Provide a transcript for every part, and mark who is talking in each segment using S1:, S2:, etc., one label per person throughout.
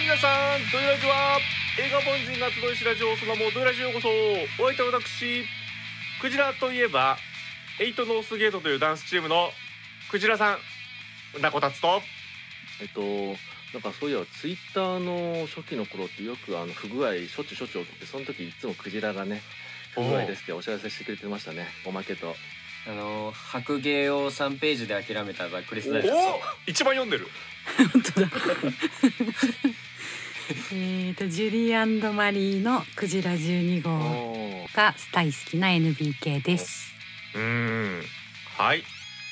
S1: 皆さんドイラジは映画凡人が集いしラジオその名もドイラジへようこそお相手は私クジラといえばエイトノースゲートというダンスチームのクジラさんなこたつと
S2: えっと、なんかそういえばツイッターの初期の頃ってよくあの不具合しょっちゅうしょっちゅう起きてその時いつもクジラがね不具合ですってお知らせしてくれてましたねおまけと
S3: あの白芸を3ページで諦めたザ・クリス
S1: お
S3: ダ
S1: お
S3: イ
S1: 一番読んでる
S4: 本当だ。えっとジュリーマリーのクジラ12号
S2: お
S4: が大好きな NBK です。
S1: うーんはい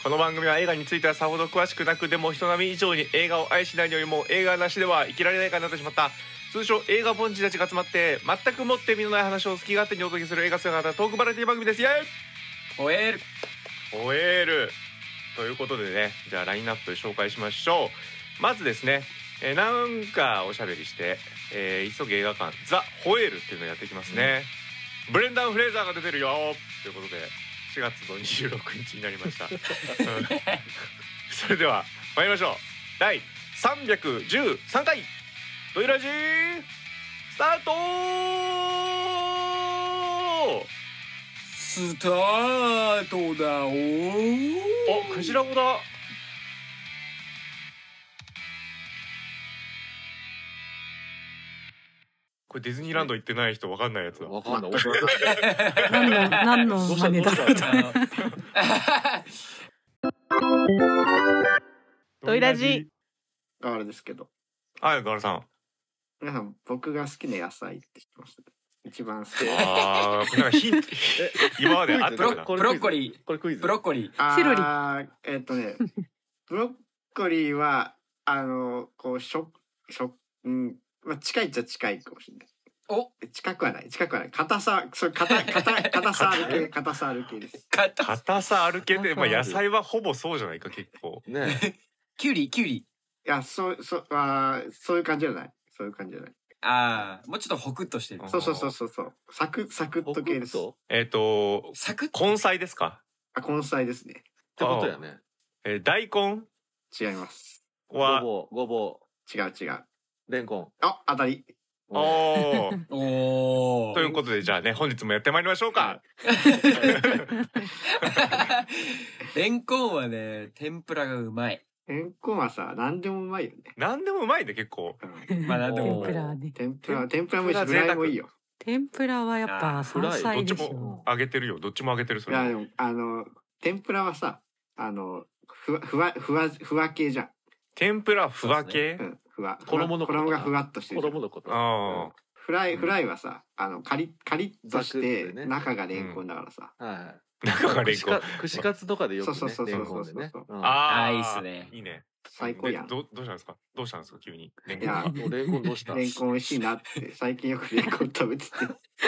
S1: この番組は映画についてはさほど詳しくなくでも人並み以上に映画を愛しないよりも映画なしでは生きられないかになってしまった通称映画凡人たちが集まって全く持って身のない話を好き勝手にお届けする映画姿トークバラエティ番組ですイエ
S3: 吠える
S1: ーイ吠えるということでねじゃあラインナップ紹介しましょうまずですね、えーなんかおしゃべりして、えー急げ映画館ザ・ホエールっていうのをやっていきますね、ブレンダン・フレーザーが出てるよということで4月の26日になりましたうんそれでは参りましょう第313回「ドイラジー」スタート
S3: スタートだおー
S1: おク ジラ語だこれディズニーランド行ってない人わかんないやつだ
S2: わかんない。わかんない
S4: 何の何の
S2: どうし
S4: 真
S2: た
S4: 似
S2: どうし
S4: だろう。
S2: た。
S3: あの
S5: ドイラジ
S6: が あれですけど、
S1: はいガラさん
S6: 皆さん僕が好きな野菜って知ってます一番好きな。
S1: あーなんかヒント 今まであった
S3: ブ
S1: か
S3: ロ
S1: な
S2: こ
S3: ブ
S2: れ
S3: ロッコリ
S2: これクイ
S3: ー
S2: ズ。
S3: ブロッコリー
S6: あー
S4: セロリ
S6: えっ、と ね、ブロッコリーは、あの、こう、しょ、しょ、うん、まあ、近いっちゃ近いかもしれない。
S3: お
S6: 近くはない、近くはない。硬さ、そう、硬、硬、硬さある系、硬さある系です。
S3: 買った
S1: 硬さある系で、まあ、野菜はほぼそうじゃないか結構
S2: ね え。
S3: キュウリキュウリ
S6: いや、そう、そう、あーそういう感じじゃない。そういう感じじゃない。
S3: ああもうちょっとホクッとしてる
S1: あー
S6: そうそうそうそうそう。サク、サクッと系です。
S2: ホク
S1: えっ、と
S3: サクッ
S1: 根菜ですか、
S6: あ、根菜ですね。
S2: ッとってことやね。
S1: えー大根
S6: 違います。
S2: ご
S1: は
S2: ぼう、ごぼ
S6: 違う違う。
S2: う、レンコン。
S6: あ、当たり。
S1: おおー
S3: おお
S1: ということでじゃあね本日もやってまいりましょうか
S3: レンコンはね天ぷらがうまい
S6: レンコンはさ、何でもうまいよね。
S1: 何でもうまいね結構
S6: うん
S3: まあなんで
S4: 天
S3: も
S4: ぷらね。
S6: 天ぷら、天ぷらもいいし、フライもいいよ。
S4: 天ぷらはやっぱ
S2: フラ
S4: 山
S2: イ
S4: 菜でし
S1: どっち
S4: ょ。
S1: あげてるよどっちもあげてるそ
S6: い
S1: れ
S6: や、でも、あの、天ぷらはさ、あの、ふわ、ふわ、ふわ、ふわ系じゃん。
S1: 天ぷらふわ系、
S6: うん、ふわ。
S2: 衣のことか
S6: 衣がふわっとしてる
S2: 子
S6: じゃ
S2: 供。
S6: ん
S2: のこと。
S1: あ
S6: フライ、
S2: うん
S6: フライはさ、あの、カリッ、カリッとし
S2: ザク
S6: て、
S2: ってね
S6: 中がレンコンだからさ。
S2: はいはい。
S1: あ中がレンコン
S2: 串カ串カツとかでよくね
S6: そうそうそうそう
S2: レンコンでね。うん
S1: あ
S3: あ
S1: あ
S3: ーいいっすね
S1: いいね
S6: 最高やん
S1: で。どうどうしたんですかどうしたんですか急にレンコ
S6: い
S1: ン
S6: や
S1: が
S2: もうレンコンどうした。
S6: レンコン美味しいなって、最近よくレンコン食べてて。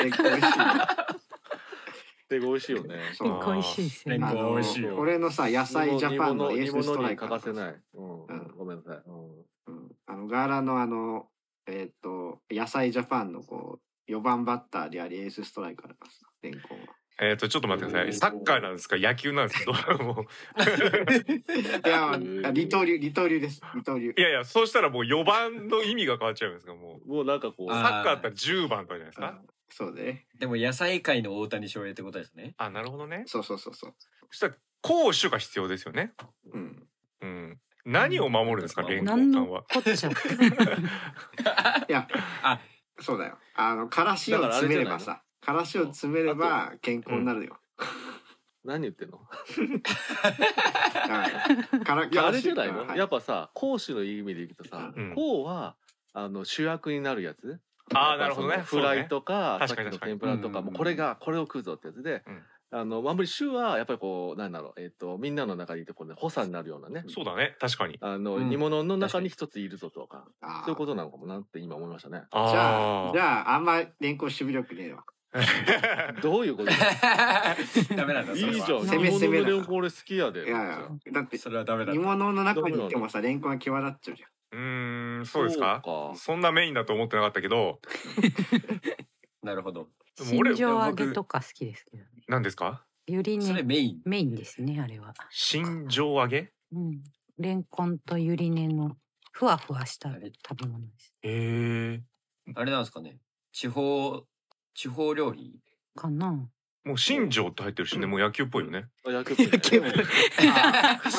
S6: レンコン美味しいな。
S2: レンコン美味しいよね。
S6: そう
S4: 結構美味しいですよ
S3: レン
S4: ね。
S6: あ
S3: コン美味しい
S6: の、
S3: よ
S6: 俺のさ、野菜ジャパンのエー
S2: 煮
S6: スス
S2: 物
S6: トラ
S2: に
S6: イカ
S2: 欠
S6: ー
S2: かせない。うん
S6: うん
S2: ごめんなさい。うん
S6: うんあのガーラのあのえっ、と野菜ジャパンのこう4番バッターでありエースストライカーだからさレンコンは。
S1: えっ、とちょっと待ってくださいサッカーなんですか野球なんですかどうもう
S6: いや まあ二刀流二刀流です二刀流
S1: い。やいやそうしたらもう4番の意味が変わっちゃうんですかも
S2: もうなんかこう
S1: うサ
S3: あ
S1: ッカーだったら10番とかじゃないです
S6: う
S1: か
S6: んそうだね。
S3: でも野菜界の大谷翔平ってことですね
S1: あなるほどね
S6: そうそうそうそう。
S1: そしたら攻守が必要ですよね
S6: うん、
S1: うん何を守るんですかレンコ
S4: 何
S1: ンさん
S4: の
S1: は
S4: こっちゃ。
S6: いや
S3: あ
S6: そうだよ。あのからしを詰めればさからしを詰めれば健康になるよ。
S2: 何言ってんの
S6: はいから
S2: いやあ
S6: から
S2: れ
S6: し
S2: じゃない
S6: は
S2: の
S6: い
S2: やっぱさ講師のいい意味でいくとさ
S1: うん
S2: 講はあの主役になるやつ
S1: あーなるほどね
S2: やっぱそのフライとか
S1: そうね
S2: さっきの
S1: 確かに
S2: 天ぷらとか
S3: うん
S2: もうこれがこれを食うぞってやつで
S1: うん
S2: あのあんまり主はやっぱりこうなんだろうえっとみんなの中にいてこうね補佐になるようなね
S1: そうだね確かに
S2: あの
S3: うん
S2: 煮物の中に一ついるぞとか
S6: あー
S2: そういうことなのかもなって今思いましたね
S1: あ
S6: じゃあ
S1: ー
S6: じゃああんまレンコン守備力ねえわ。
S2: どういう ことだ
S3: ダメなんだ
S2: いい
S3: そ
S2: じ
S3: れ
S2: ゃ
S3: は
S2: ん
S6: 攻め攻め
S2: 煮
S6: だ
S2: 物のこれ好きやで
S6: いやいやだって
S3: それはダメだ
S6: 煮物の中にいてもさレンコンが際立っちゃうじゃん。
S1: うーんそうですか
S2: そうか
S1: そんなメインだと思ってなかったけど
S3: なるほど
S1: でも俺
S4: 新庄揚げとか好きですけどね。
S1: 何ですか
S4: より
S3: それ
S4: ね
S3: メイン
S4: メインですねあれは。
S1: 新庄揚げ
S4: うん。レンコンとゆり根のふわふわした食べ物です。
S1: え
S3: あれなんですかね。地方、地方料理
S4: かな。
S1: もう新庄って入ってるしね、もう野球っぽいよね。
S2: あ 野球部ね
S4: 野 球部
S6: あま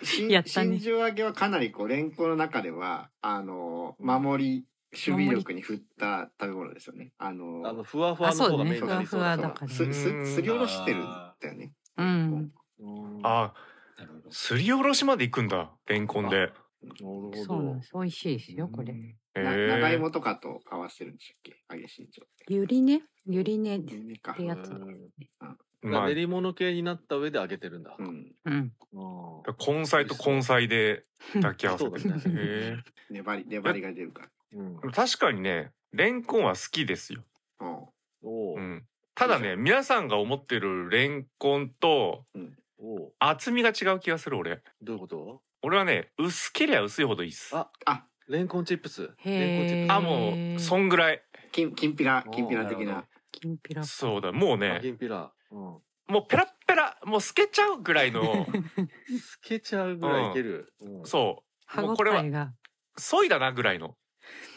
S6: あ、し
S4: やったね
S6: 新庄揚げはかなりこうレンコの中ではあの守り守備力に振った食べ物ですよね。あの
S2: あのふわふわの方がメインになりそうだ
S4: あそうだねふわふわだから
S6: す
S1: うん
S6: すすりおろしてるんだよね。
S4: うん
S2: うんな
S1: ああ、
S3: なるほど。
S1: すりおろしまで行くんだ。レンコンで。
S2: るほど
S4: そうなんです。美味しいですよ、これ。
S1: え
S6: な長
S1: え
S6: 芋とかと合わせてるんでしたっけ揚げ新庄って。
S4: ゆりね。ゆりね。
S6: いいねか。
S4: ってやつ
S1: まあ
S2: 練、り物系になった上で揚げてるんだ、
S6: うん、
S4: うん。
S2: ああ
S1: 根菜と根菜で抱き合わせてるんです
S4: そうだね
S1: へ
S6: 粘り粘りが出るから。
S2: うん
S1: え確かにね、レンコンは好きですよ。
S6: うん
S2: おう
S1: うん。ただね、皆さんが思ってるレンコンと
S2: おう
S1: 厚みが違う気がする、俺。
S2: どういうこと
S1: 俺はね、薄けりゃ薄いほどいいっす。
S2: あ
S6: あ
S2: レンコンチップスレンコンチ
S4: へ
S2: ッ
S4: え。
S2: プ
S1: あ、もう、そんぐらい。
S6: きんきんぴら
S2: お
S6: きんぴら
S3: な
S6: 的
S3: るほ
S6: な
S3: ど。
S4: きんぴら。
S1: そうだ、もう
S2: スあ
S1: ね、
S2: 銀ピラうん
S1: もうペラッペラ、もう透けちゃうぐらい の、
S2: 透けちゃうぐらいいける、うんう
S1: そ
S4: 歯
S1: も
S4: ご
S1: うこれは
S4: たえが。
S1: う、そいだなぐらいの。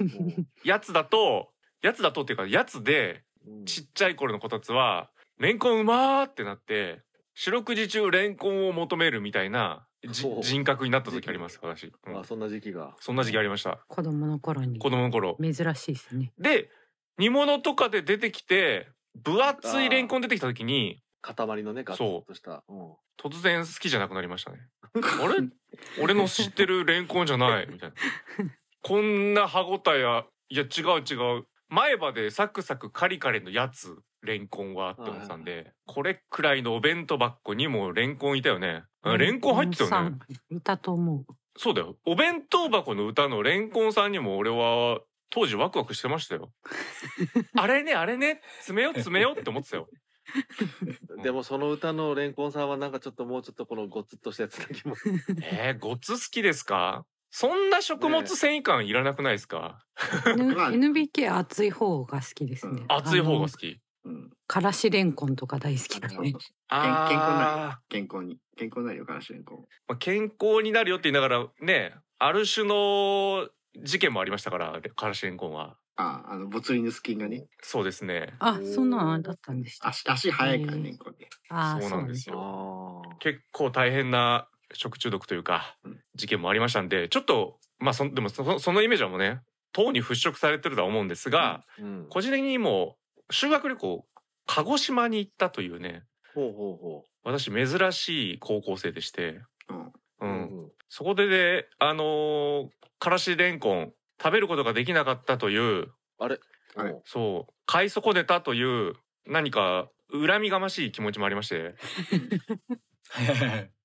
S2: ん
S1: やつだと、やつだとっていうか、やつで、
S2: うん
S1: ちっちゃい頃のこたつは、レンコンうまーってなって、四六時中レンコンを求めるみたいなじ
S2: ほう
S1: 人格になった時あります、私。うん
S2: あそんな時期が
S1: そんな時期ありました。
S4: 子供の頃に。
S1: 子供の頃。
S4: 珍しいですね。
S1: で、煮物とかで出てきて、分厚いレンコン出てきた時に、
S2: 塊のねガツンとしたうん
S1: 突然好きじゃなくなりま したね。あれ俺の知ってるレンコンじゃない みたいな。こんな歯ごたえや、いや違う違う。前歯でサクサクカリカリのやつ、レンコンはって思ってたんで、これくらいのお弁当箱にもレンコンいたよね。あレンコン入ってたよね。
S4: うん。いたと思う。
S1: そうだよ。お弁当箱の歌のレンコンさんにも俺は当時ワクワクしてました よ。あれね、あれね、詰めよう詰めようって思ってたよ。
S2: でもその歌のレンコンさんはなんかちょっともうちょっとこのゴツっとしたやつだけも
S1: えー、ごつ好きですかそんな食物繊維感いらなくないですか、
S4: N-
S6: まあ
S4: NBK 熱い方が好きですね。
S6: うん
S1: 熱い方が好
S4: き。
S1: き。
S6: うん。
S4: からしれんこんとか大好き
S6: あ
S4: だ
S6: そう
S4: ね
S6: そう。
S1: あー
S6: 健康にな健康に健康になるよからしれんこん。
S1: まあ、健康になるよって言いながらねある種の事件もありましたからからしれんこんは
S6: ああのボツリヌス菌がね
S1: そうですね
S4: あ、そんなのだったんでした。
S6: 足足早いから
S4: へ
S6: ね
S4: ー
S6: これ。
S4: あー、
S1: そうなんです
S2: あ
S1: よ
S2: ー
S1: 結構大変な食中毒というか
S6: うん
S1: 事件もありましたんでちょっとまあそんでもそそのイメージはもうね党に払拭されてるとは思うんですが、
S2: うん
S1: 個人的にも修学旅行鹿児島に行ったというね
S2: ほうほうほ
S1: 私珍しい高校生でして、
S6: うん。
S1: う
S2: う、
S1: ん
S2: うん
S1: そこでねあのーからしれんこん食べることができなかったという
S2: あれ
S6: はい
S2: おう
S1: そう買い損ねたという何か恨みがましい気持ちもありまして、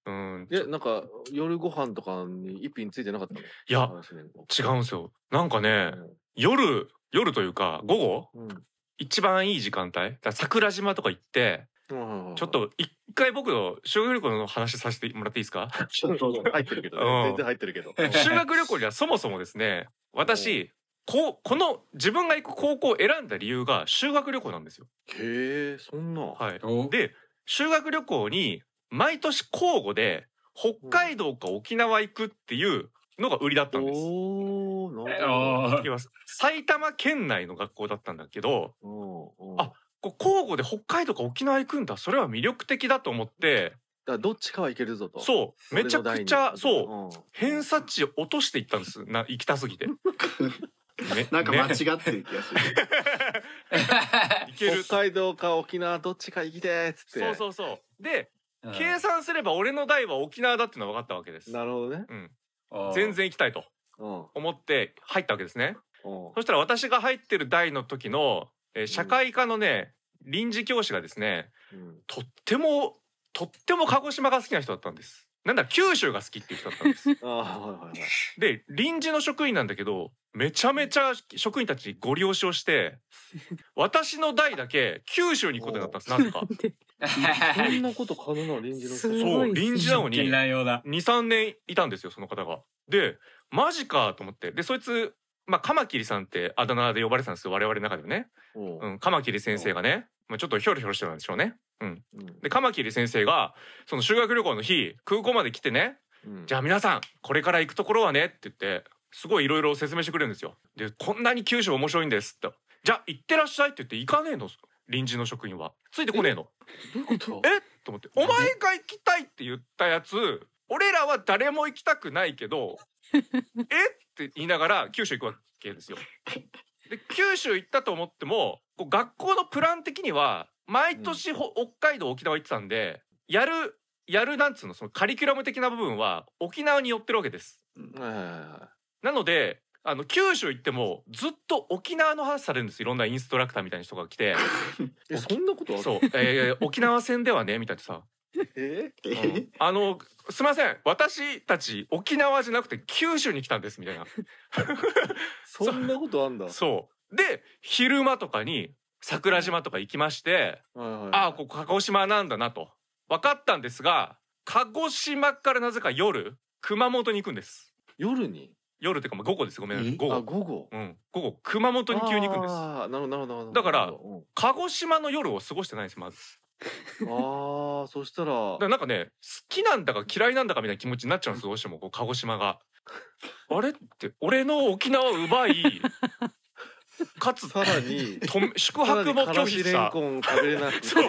S1: うん、
S2: えなんか夜ご飯とかに一品ついてなかったの
S1: いや
S2: 話ねこ
S1: 違うんですよなんかね夜夜というか午後
S2: うんうん
S1: 一番いい時間帯だから桜島とか行って
S2: うんうん
S1: ちょっ と一回僕の修学旅行の話させてもらっていいですか
S6: ちょっと
S2: 入ってるけどね
S1: うん
S2: 全然入ってるけ ど
S1: 修学旅行にはそもそもですね私ここの自分が行く高校を選んだ理由が修学旅行なんですよ。
S2: へえそんな
S1: はい、
S3: お
S1: で修学旅行に毎年交互で北海道か沖縄行くっていうのが売りだったんです。
S2: おーなるほ
S3: あー
S1: 要は埼玉県内の学校だったんだけど
S2: どうんうん
S1: あこう交互で北海道か沖縄行くんだそれは魅力的だと思って
S2: だからどっちかはいけるぞと
S1: そうめちゃくちゃそう
S2: うん
S1: 偏差値を落としていったんですな行きたすぎて。ね
S6: なんか
S1: ね
S6: 間 違ってる気がする。
S1: 行ける
S2: 北海道か沖縄どっちか行きてーっつって
S1: そうそうそうで
S3: うん
S1: 計算すれば俺の代は沖縄だっていうのは分かったわけです。
S2: なるほどね
S1: うん、
S3: あー
S1: 全然行きたいと
S2: うん
S1: 思って入ったわけですね。
S2: うん
S1: そしたら私が入ってる代の時の、えー社会科のね、臨時教師がですね、
S2: うん
S1: とっても、とっても鹿児島が好きな人だったんです。なんだ、九州が好きっていう人だったん です。
S2: あーはいはいはい
S1: で、臨時の職員なんだけど、めちゃめちゃ職員たちにご利用しをして、私の代だけ九州に行くことになったんです、なぜか。
S2: そ んなこと可能なの臨時の人
S4: す
S1: そ
S4: ご
S1: う、
S4: いですね
S1: 臨時なのに、
S3: 一見
S1: 2、
S3: 乱用だ。
S1: 3年いたんですよ、その方が。で、マジかと思って。で、そいつ、まあ、カマキリさんってあだ名で呼ばれてたんですよ、我々の中ではね。
S2: うん
S1: うん、カマキリ先生がね、まあ、ちょっとひょろひょろしてたんでしょうね。うん、
S2: うん
S1: でカマキリ先生がその修学旅行の日空港まで来てね
S2: う
S1: 「
S2: ん
S1: じゃあ皆さんこれから行くところはね」って言ってすごいいろいろ説明してくれるんですよでこんなに九州面白いんですってじゃあ行ってらっしゃいって言って行かねえの臨時の職員はついてこねえの
S2: どういうこと
S1: えと思って「お前が行きたい」って言ったやつ俺らは誰も行きたくないけ ど「えっ?」て言いながら九州行くわけですよ。で九州行ったと思ってもこう学校のプラン的には毎年ほ、北海道沖縄行ってたんでやるやるなんつうのそのカリキュラム的な部分は沖縄に寄ってるわけです。
S2: はいはいは
S1: なのであの九州行ってもずっと沖縄の話されるんですいろんなインストラクターみたいな人が来て
S2: いえそんなことある
S1: そう、えー沖縄戦ではねみたいなさ
S2: え
S6: え
S1: うんあのすみません私たち沖縄じゃなくて九州に来たんですみたいな
S2: そんなことあんだはい
S1: そうで昼間とかに桜島とか行きまして
S2: はい
S1: ああここ鹿児島なんだなと分かったんですが鹿児島からなぜか夜熊本に行くんです
S2: 夜に
S1: 夜っていうかまあ午後ですごめんなさい
S3: え
S1: 午
S2: あ
S1: 後、
S2: 午後
S1: うん、午後熊本に急に行くんです
S2: あーなるほどなるほどなるほど
S1: だから
S2: うん
S1: 鹿児島の夜を過ごしてないんですまず
S2: ああそしたら
S1: だからなんかね好きなんだか嫌いなんだかみたいな気持ちになっちゃうんですどうしてもこう鹿児島が。あれって俺の沖縄を奪いかつ
S2: さらに
S1: とめ 宿泊も拒否し
S2: さ
S1: た
S2: らにからしれんこん食べれなくて
S1: そう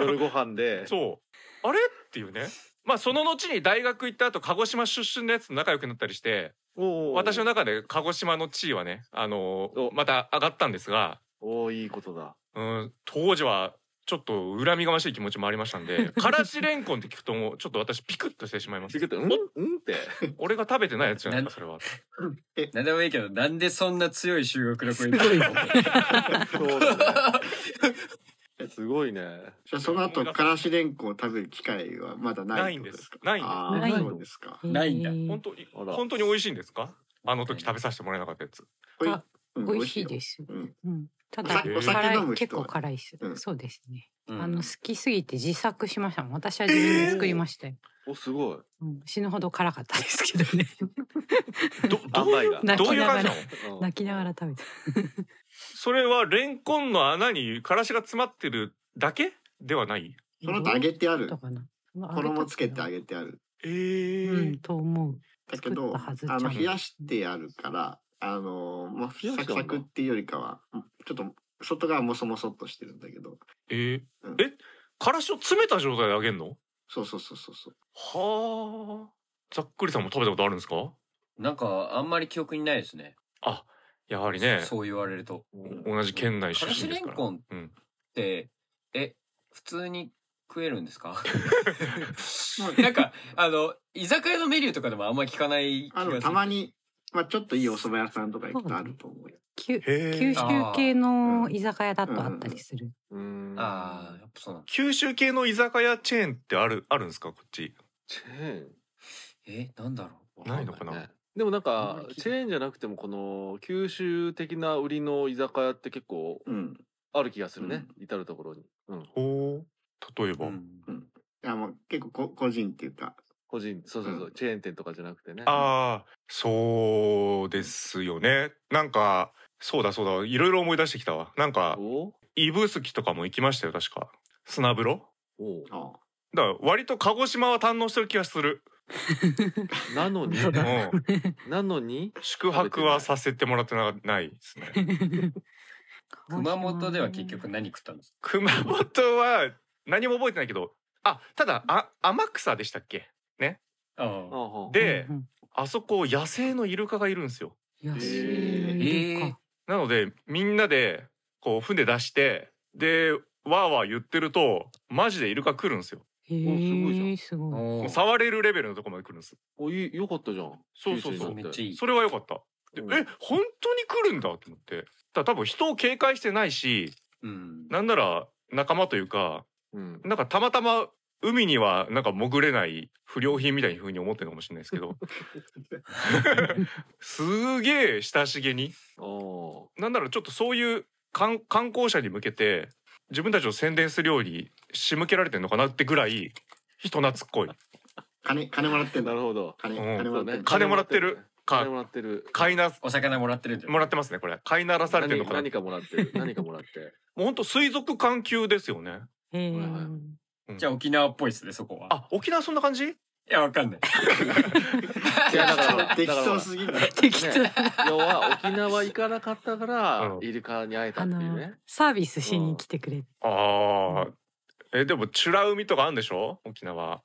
S2: 夜ご飯で
S1: そうあれっていうねまあその後に大学行った後鹿児島出身のやつと仲良くなったりして
S2: おー
S1: 私の中で鹿児島の地位はねあのー
S2: お
S1: また上がったんですが、
S2: おーいいことだ
S1: うん、当時はちょっと恨みがましい気持ちもありましたん でからしれんこんって聞くともうちょっと私ピクッとしてしまいます
S2: ちょっとうんう んって
S1: 俺が食べてないやつじゃないかそれは。
S3: なんでもいいけど、なんでそんな強い修学旅行
S4: す
S3: 行っ
S4: ご
S3: た
S4: い。
S2: そうだねすごいね
S6: じゃあその後からしれんこを食べる機会はまだないってことか
S1: ないんです
S6: あー
S4: ないんです
S6: そうですか。
S3: ないんだ
S1: 本当に
S2: あら
S1: 本当に美味しいんですか？あの時食べさせてもらえなかったやつ。
S6: これ
S4: あ
S6: うん
S4: 美味しい
S6: よ
S4: です。
S6: うん
S4: うん。た
S1: お
S4: だ
S1: 酒
S4: 辛
S6: お酒飲む人はい
S4: 結構辛いです
S6: う。ん
S4: そうですね。
S3: うん
S4: あの好きすぎて自作しましたもん。私は自分で作りましたよ。
S2: おすごい
S4: うん死ぬほど辛かったですけどね。
S1: どどう
S2: 甘い
S1: いう
S2: が
S1: どういう感じなの？
S2: うん
S4: 泣きながら食べた。
S1: それはレンコンの穴にからしが詰まってるだけではない？
S6: その後揚げてある
S4: どう。かな。
S6: 衣つけて揚
S4: る。
S6: げてある。
S1: え
S4: うん
S1: ー、
S4: と思う。
S6: だけ
S4: 作
S6: ど、
S4: ったはずちゃ
S6: あ
S4: んと
S6: の冷やしてあるから、あのまあ、
S2: 冷やしてあるんだ
S6: サクサクっていうよりかは、ちょっと外側もそもそっとしてるんだけど。
S1: えー
S6: うん
S1: えからしを詰めた状態で揚げるの？
S6: そうそうそうそうそう。
S1: はあ。ざっくりさんも食べたことあるんですか？
S3: なんか、あんまり記憶にないですね。
S1: あ、やはりね。
S3: そう言われると。
S2: うん
S1: 同じ県内出
S3: からし
S1: 身で
S3: れ
S1: すか
S3: ん
S1: ら。
S3: こんっ
S1: うん。
S3: て、え、普通に食えるんですか なんか、あの、居酒屋のメニューとかでもあんまり聞かない気が
S6: あ
S3: す
S6: の、
S3: る。
S6: たまに、まあ、ちょっといいお蕎麦屋さんとか行くとあると思うよ。
S4: きゅ
S1: へー
S4: 九州系の居酒屋だとあったりする。
S2: うん
S3: ああ、やっぱそうなんだ。
S1: 九州系の居酒屋チェーンってあるあるんですかこっち？
S2: チェーン
S3: え、なんだろう。
S1: ないのかな
S2: わんねでもなん
S3: あんま
S2: か
S3: り聞い
S2: チェーンじゃなくてもこの九州的な売りの居酒屋って結構
S6: うん。
S2: ある気がするね、至る所に、うん、
S1: ほう。例えば。
S3: うん
S6: あもう結構こ個人っていうか、
S2: 個人そうそうそう、
S6: うん
S2: チェーン店とかじゃなくてね
S1: ああそうですよねなんかそうだそうだいろいろ思い出してきたわなんか
S2: お
S1: 指宿とかも行きましたよ確か砂風呂
S2: お
S6: あ
S1: だから割と鹿児島は堪能してる気がする、
S2: なのに
S4: そう
S1: う
S4: だ
S1: ん、
S2: なのに
S1: 宿泊はさせてもらってなないですね
S3: 熊本では結局何食ったんです
S1: 熊本は何も覚えてないけどあただあ天草でしたっけ
S2: あ
S3: かああ。
S2: あ
S1: で
S4: うんうん
S1: あそこ野生のイルカがいるんですよ
S4: 安いのいるか。
S1: なのでみんなでこう船出してでわーわー言ってるとマジでイルカ来るんですよ
S4: へ
S2: おすごいじゃん
S4: えすごい。
S1: も
S3: お
S1: う
S3: ー
S1: 触れるレベルのとこまで来るんです
S2: おいよかったじゃん
S1: そうそうそう
S3: めっちゃいい。
S1: それは良かった。で
S2: うん
S1: え本当に来るんだと思ってだから多分人を警戒してないし
S3: うん。
S1: なんなら仲間というか
S2: うん、
S1: なんかたまたま海にはなんか潜れない不良品みたいな風に思ってるのかもしれないですけ どすげえ親しげに
S2: あー
S1: なんならちょっとそういう観観光者に向けて自分たちを宣伝するように仕向けられてるのかなってぐらい人懐っこい
S6: 金、金もらってんだ
S2: なるほど
S6: 金、
S1: うん
S6: 金もらってんだ
S1: 金もらってる
S2: 金
S1: か
S2: もらってる
S1: 飼いな
S3: お魚もらってるんじゃん。
S1: もらってますねこれ飼いならされてるのかな
S2: 何何かもらってる何かもらって
S1: もうほんと水族館級ですよね
S4: へえ
S2: はいは
S3: じゃあ沖縄っぽいですね、そこは。
S1: あ沖縄そんな感じ
S3: や、わかんない。
S2: いやだか
S6: そう
S2: ら
S6: できそうすぎる。
S4: 適当、
S2: ね要は沖縄行かなかったから、
S1: うん
S2: イルカに会えた
S4: あ
S2: ってい
S4: の
S2: うね。
S4: サービスしに来てくれて、
S1: ああ。えでも美ら海とかあるんでしょ沖縄。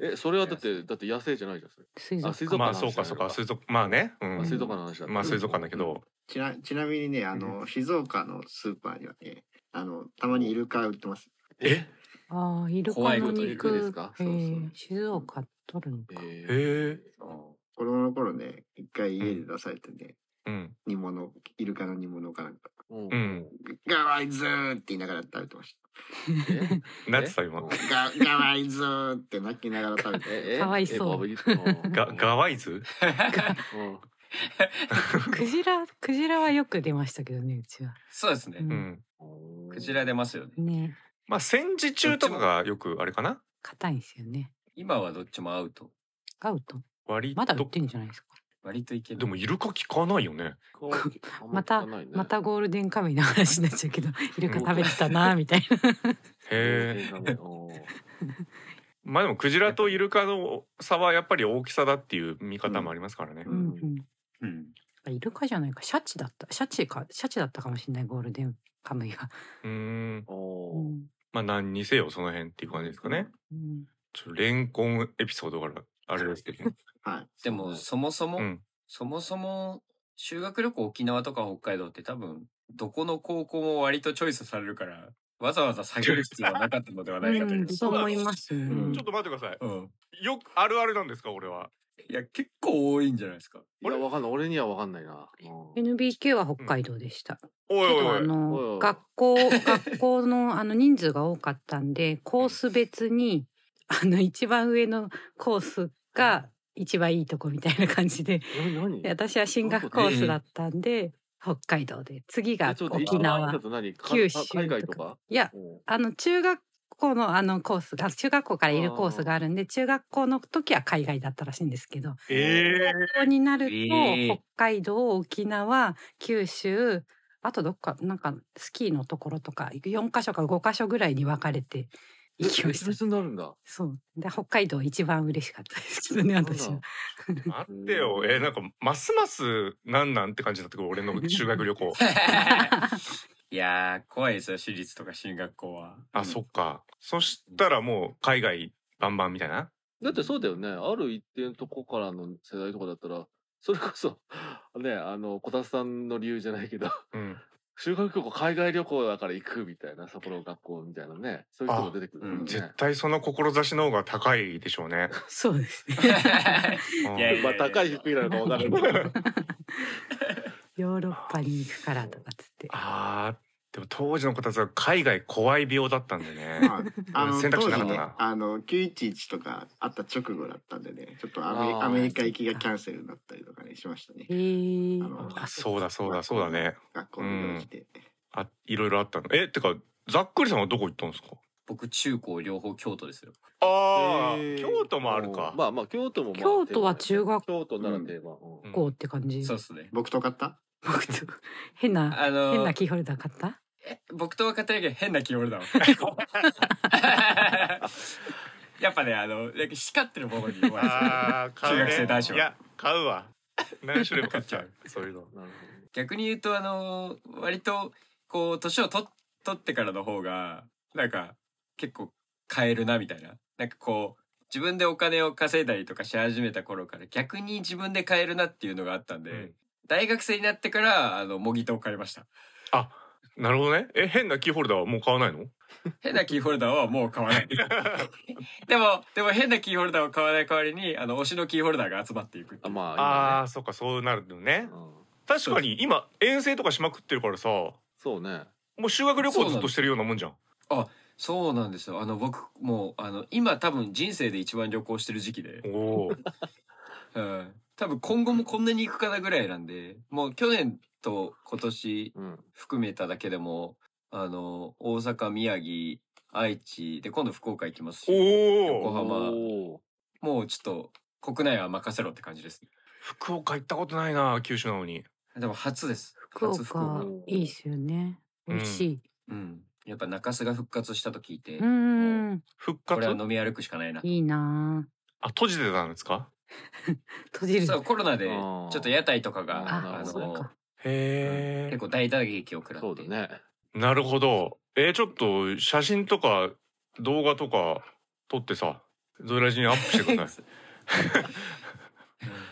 S2: えそれはだってだって野生じゃないじゃんそれ。
S4: 水族
S2: あ水族
S1: ま
S2: 館
S1: あ
S2: の
S1: そ
S2: 話
S1: うかそう
S2: じゃない
S1: か水族まあね。う
S2: の
S1: ん。
S2: あ水族館の話だった。
S1: まあ水族館だけど。
S6: ちなちなみにねあの静岡のスーパーにはねあのたまにイルカ売ってます。
S1: え
S4: ああイルカ
S3: 怖いこ
S4: の
S3: と
S4: 肉
S2: イルカですか
S4: ええ
S2: そうそう
S4: 静岡取るの
S2: え
S4: か、
S2: ー
S1: え
S6: 子供の頃ね一回家で出されてね
S1: うん
S6: 煮物イルカの煮物かなんか
S2: うん
S1: うん。
S6: ガワイズーって言いながら食べてまし
S2: え
S1: なんてさ今
S2: うん。
S6: た。ガガワイズーって泣きながら食べ て。
S2: ええ
S4: かわいそう
S2: えバブリうん
S1: がガワイズ？
S2: うん
S4: クジラクジラはよく出ましたけどねうちは
S3: そうですね
S4: う。ん
S1: うん。
S3: クジラ出ますよね。
S4: ね
S1: まあ戦時中とかがよくあれかな。
S4: 硬いんですよね
S3: 今はどっちもアウト。
S4: アウト
S1: 割と。
S4: まだ売ってんじゃないですか
S3: 割といける。
S1: でもイルカ聞かないよね。
S2: こう
S4: また
S2: あん聞かないね
S4: またゴールデンカムイの話になっちゃうけどイルカ食べてたなみたいな
S1: へえ。
S2: えーうん
S1: まあでもクジラとイルカの差はやっぱり大きさだっていう見方もありますからね
S4: う。ん、うん、
S3: うん。
S4: イルカじゃないかシャチだったシャチかシャチだったかもしれないゴールデンカムイが、
S1: うーん。
S4: う
S2: おー
S4: ん
S1: まあ何にせよその辺っていう感じですかね。
S4: うん、
S1: ちょっとレンコンエピソードからあれですけどね。
S6: はい。
S3: でも、そもそも、
S1: うん。
S3: そもそも、修学旅行沖縄とか北海道って多分、どこの高校も割とチョイスされるから、わざわざ下げる必要はなかったのではないかというう。
S4: んそう思います、ね
S6: うん
S1: ちょっと待ってくださ
S3: うん。
S1: い。よくあるあるなんですか俺は。
S3: いや、結構多いんじゃないですか。
S2: いやわかんない俺にはわかんないな。うん
S4: NBK は北海道でした、
S1: おい
S4: けど
S1: お
S4: あ
S1: いおい。
S2: おいお
S4: の
S2: い
S4: 学校学校のあの人数が多かったんでコース別にあの一番上のコースが一番いいとこみたいな感じで
S2: 何何
S4: で私は進学コースだったんで北海道で次が
S2: えちょっと
S4: 沖
S2: あちょ
S4: 縄
S2: っと何か
S4: 九
S2: か海外
S4: 州
S2: と
S4: とか
S2: か。
S4: いやあの中学校のあのコースが中学校からいるコースがあるんで中学校の時は海外だったらしいんですけど
S1: ええ。
S4: 高校になると
S3: えー
S4: 北海道沖縄九州あとどっかなんかスキーのところとか4か所か5か所ぐらいに分かれて行きまし
S2: 別
S4: た
S2: 々になるんだ。
S4: そうで北海道一番嬉しかったですけどね私は。
S1: 待ってよ。えー、なんかますますなんなんって感じだったけど俺の修学 旅行。
S3: いやー、怖いですよ、私立とか進学校は。
S1: あ、そっか。そしたらもう海外バンバンみたいな。
S2: だってそうだよね。ある一定のとこからの世代とかだったら、それこそ、 ね、あの、こたつさんの理由じゃないけど、
S1: うん。
S2: 修学旅行海外旅行だから行くみたいな、札幌学校みたいなね、そういう人も出てくるもん
S3: あうん
S1: 絶
S2: ね。
S1: 対その志の方が高いでしょうね。
S4: そうです ね
S1: うん
S3: いやいや
S2: まあ、高い低いなのかわからないけど。
S4: ヨーロッパに行くからとかっつって
S1: あーでも当時の子たちは海外怖い病だったんでね。
S6: はいあの
S1: 選択
S6: 当
S1: 肢なかっ
S6: 時
S1: た
S6: ね
S1: な
S6: あの911とかあった直後だったんでねちょっとアメ
S2: あー
S6: アメリカ行きがキャンセルになったりとかねしましたね
S4: え。ー
S6: あの
S4: あ
S1: そうだそうだそうだね。
S6: 学校に来て。
S1: あ、いろいろあったの。え、てか、ざっくりさんはどこ行ったんですか
S3: 僕、中高両方京都ですよ。
S1: ああ、
S2: へー
S1: 京都もあるか。
S2: まあまあ、京都もまあ。
S4: 京都は中学
S2: 京都なら定番。うん
S1: うん
S4: 校って感じ、
S3: そうですね。
S6: 僕と買った
S4: 僕と変な
S3: あのー
S4: 変なキーホルダー買った
S3: 僕とは語るけど変な気俺 だわ。やっぱね、あの、なんか叱ってる方に弱いですよ
S1: ああ、買う、ね。
S3: 中学生男子はい
S1: や、買うわ。何種類も買っちゃ
S3: 買
S1: う
S3: っ。
S1: そういうの。
S2: なる
S3: 逆に言うと、あの、割と、こう、年をと取ってからの方が、なんか、結構買えるな、みたいな。なんかこう、自分でお金を稼いだりとかし始めた頃から逆に自分で買えるなっていうのがあったんで、
S1: うん
S3: 大学生になってから、あの、模擬刀を買いました。
S1: あ、なるほどね。え、変なキーホルダーはもう買わないの
S3: 変なキーホルダーはもう買わ ない。でも、でも変なキーホルダーを買わない代わりに、あの、推しのキーホルダーが集まっていくって
S2: ほど。あ
S3: いう。
S2: ま
S1: あ
S2: あ、
S1: あ、そっか、そうなるのね
S2: 今ね。うん
S1: 確かに今、遠征とかしまくってるからさ、も
S2: そうね。
S1: う修学旅行ずっとしてるようなもんじゃん。
S3: そうなんですよ。あの、僕、もう、あの、今多分人生で一番旅行してる時期で、
S1: おお。
S3: うん。多分今後もこんなに行くかなぐらいなんで、もう去年と今年
S2: うん。
S3: 含めただけでも、あの、大阪、宮城、愛知、で、今度福岡行きますし、
S1: お
S3: 横
S1: お。
S3: 浜
S2: おー
S3: もうちょっと国内は任せろって感じです。
S1: 福岡行ったことないな、九州なのに。
S3: でも初です。
S4: 福
S3: 初福岡
S4: 岡いいですよね
S1: うん
S4: 美味しい、
S3: うん。やっぱ中洲が復活したと聞いて、
S4: うーん
S1: 復
S3: これ
S1: 活
S3: は飲み歩くしかないな。
S4: いいな
S1: あ閉じてたんですか
S4: ぁ閉じる
S3: そう、コロナで、
S2: あ
S3: ちょ
S2: ー
S3: っと屋台とかが、
S2: あ
S3: あ
S4: ーそう
S3: の
S4: か、
S1: へ
S3: 結構大打撃を食ら
S2: そ
S3: っ
S2: う
S3: て
S2: だ。ね
S1: なるほどえー、ちょっと写真とか動画とか撮ってさゾイラジにアップしてく ださい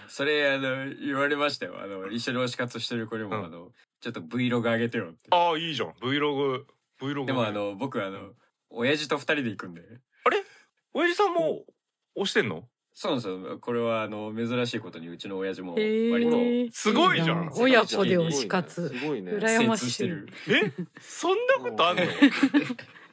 S3: それ、あの、言われましたよ。あの、一緒に推し活してる子にも、
S1: うん
S3: あの、ちょっと Vlog 上げてよって。
S1: ああいいじゃん Vlog Vlog
S3: でも、あの、僕、あの、親父と二人で行くんで。
S1: 親父さんも押してんの
S3: そうなんですよ。これは、あの、珍しいことに、うちの親父も、
S4: へ
S3: 割と、
S4: ー
S1: すごいじゃん
S4: なぁ親子で推し
S2: す
S4: 活
S2: ごいねすごいね
S4: 羨まし
S3: 精通
S4: い
S3: してる。
S1: えそんなことあんの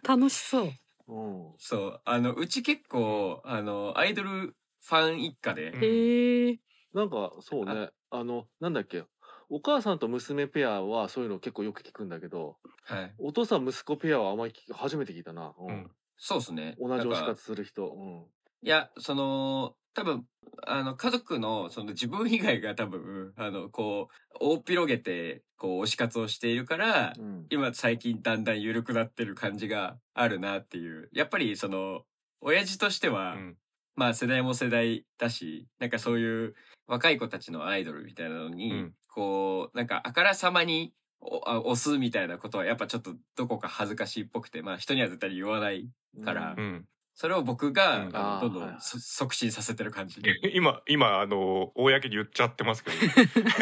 S4: 楽しそう
S2: うん
S3: そう。あの、うち結構、あの、アイドルファン一家で、
S1: うん
S4: へえ
S2: なんかそうねあのなんだっけお母さんと娘ペアはそういうの結構よく聞くんだけど
S3: はい。
S2: お父さん息子ペアはあまり聞き初めて聞いたな、
S1: う
S2: うん
S1: ん
S3: そうですね。
S2: 同じ推し
S3: なんか
S2: 活する人、うん、
S3: いや、その、多分、あの、家族の、その自分以外が多分、あの、こう、大広げて、こう、推し活をしているから、
S2: うん
S3: 今最近だんだん緩くなってる感じがあるなっていう。やっぱり、その、親父として
S1: う
S3: は、
S1: ん
S3: まあ世代も世代だし、なんかそういう若い子たちのアイドルみたいなのに、
S1: うん
S3: こう、なんかあからさまにおあ押すみたいなことはやっぱちょっとどこか恥ずかしいっぽくて、まあ人には絶対に言わない。から
S1: う、ん
S3: それを僕が、
S1: うん
S3: あの
S2: あー
S3: どんど
S2: はい
S3: んそ促進させてる感じ。
S1: 今今あの公に言っちゃってますけど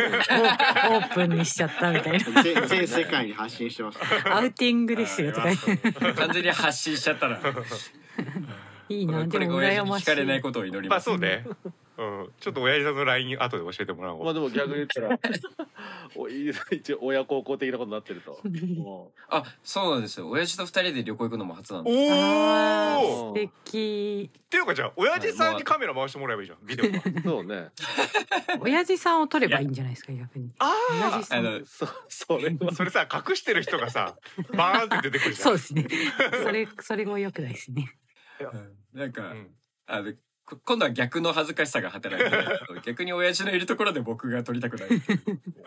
S4: オープンにしちゃったみ たいな
S6: 全全世界に発信し てます。
S4: アウティングですよとか言って
S3: 完全に発信しちゃったら。
S4: いい
S3: こ
S4: な
S3: れこ
S4: で
S3: れ
S4: も
S3: ご親
S4: 羨
S3: 父に
S4: ま
S3: 聞
S4: し
S3: かれない
S4: い
S3: ことを祈 り
S1: ま
S3: ま
S1: あ
S3: す。
S1: そうね、うん、ちょっと親父さんの LINE 後で教えてもらおう、
S2: まあでも逆に言ったら おい一応親孝行的なことになってると。も
S3: あ、そうなんですよ。親父と二人で旅行行くのも初なんで。
S4: あ
S1: おお
S4: ー素敵
S1: っていうかじゃあ親父さんにカメラ回してもらえばいいじゃんビデ オは
S2: うそうね。
S4: 親父さんを取ればいいんじゃないですか逆に
S1: あ
S4: 親父さ
S3: あ
S4: ん
S3: の、
S2: そ それは
S1: あそれさ隠してる人がさ バーンって出てくるじゃ
S4: そ
S1: ん
S4: うですねそれそれも良くないですね
S3: うんなんか、
S1: うん
S3: あの、こ今度は逆の恥ずかしさが働いてる。 逆に親父のいるところで僕が撮りたくない。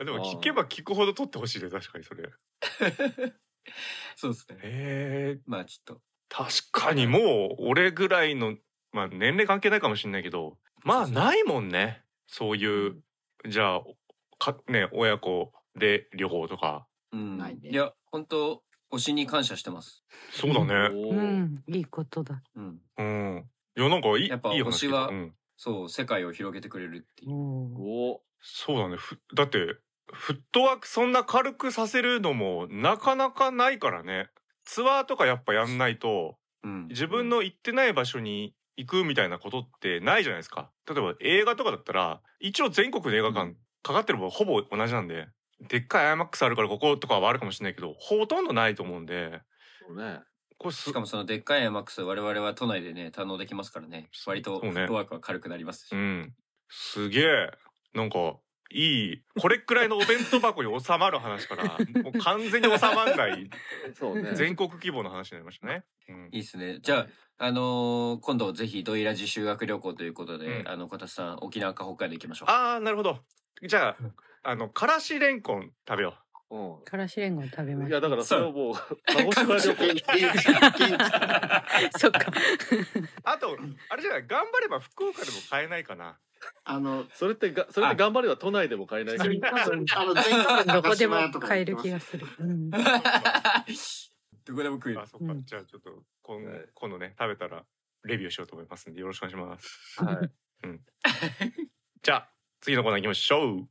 S1: あでも聞けば聞くほど撮ってほしいね確かにそれ
S3: そうですね。
S1: え
S3: まあちょっと。
S1: 確かにもう俺ぐらいのまあ年齢関係ないかもしれないけどまあないもんねそういうじゃあかね親子で旅行とか
S3: うん。
S6: ないね
S3: いや、本当推しに感謝してます。
S1: そうだね
S2: お
S4: う
S2: ー
S4: んいいことだ
S3: うん。
S1: うんいやなんかいい
S3: やっぱ
S1: いい
S3: 推
S1: 話
S3: し
S1: 聞いた
S3: は
S1: うん、
S3: そう、世界を広げてくれるっていう。
S4: おー
S2: お
S1: そうだねふだってフットワークそんな軽くさせるのもなかなかないからねツアーとかやっぱやんないと
S3: うん。
S1: 自分の行ってない場所に行くみたいなことってないじゃないですか例えば映画とかだったら一応全国の映画館かかってる分ほぼ同じなんででっかい IMAX あるからこことかはあるかもしれないけどほとんどないと思うんで
S2: そうね。
S1: これす
S3: しかもそのでっかい IMAX 我々は都内でね、堪能できますからね。
S1: そう
S3: 割とフ
S1: そうね
S3: ットワークは軽くなりますし。
S1: うんすげえなんかいいこれくらいのお弁当箱に収まる話 からもう完全に収まんない
S2: そうね。
S1: 全国規模の話になりましたね。うん
S3: いいですね。じゃあ、あのー今度ぜひドイラジ修学旅行ということで、
S1: うん
S3: あの、小田さん、沖縄か北海道行きましょう。
S1: ああなるほど。じゃああのからしれんこん食べよ
S2: う
S4: からしれんごん食べ
S2: ん。
S4: ま
S2: い
S4: しょ
S2: や
S4: う
S2: だからそれはもう鹿児島
S6: 現
S2: 旅行
S6: 現地現 地
S4: そっか
S1: う。あとあれじゃない頑張れば福岡でも買えないかな。
S6: あの
S2: それってがそれって頑張れば都内でも買えないけ ど。
S4: 多分
S6: あの全国
S4: どこでも
S6: 高島屋とか
S4: 買える気がする、う ん、
S3: どこでも食える
S1: あ。そっか、
S4: うん
S1: じゃあちょっと今
S2: はい
S1: 今度ね食べたらレビューしようと思いますんでよろしくお願いします。
S2: はい。
S1: じゃあ次のコーナー行きましょう。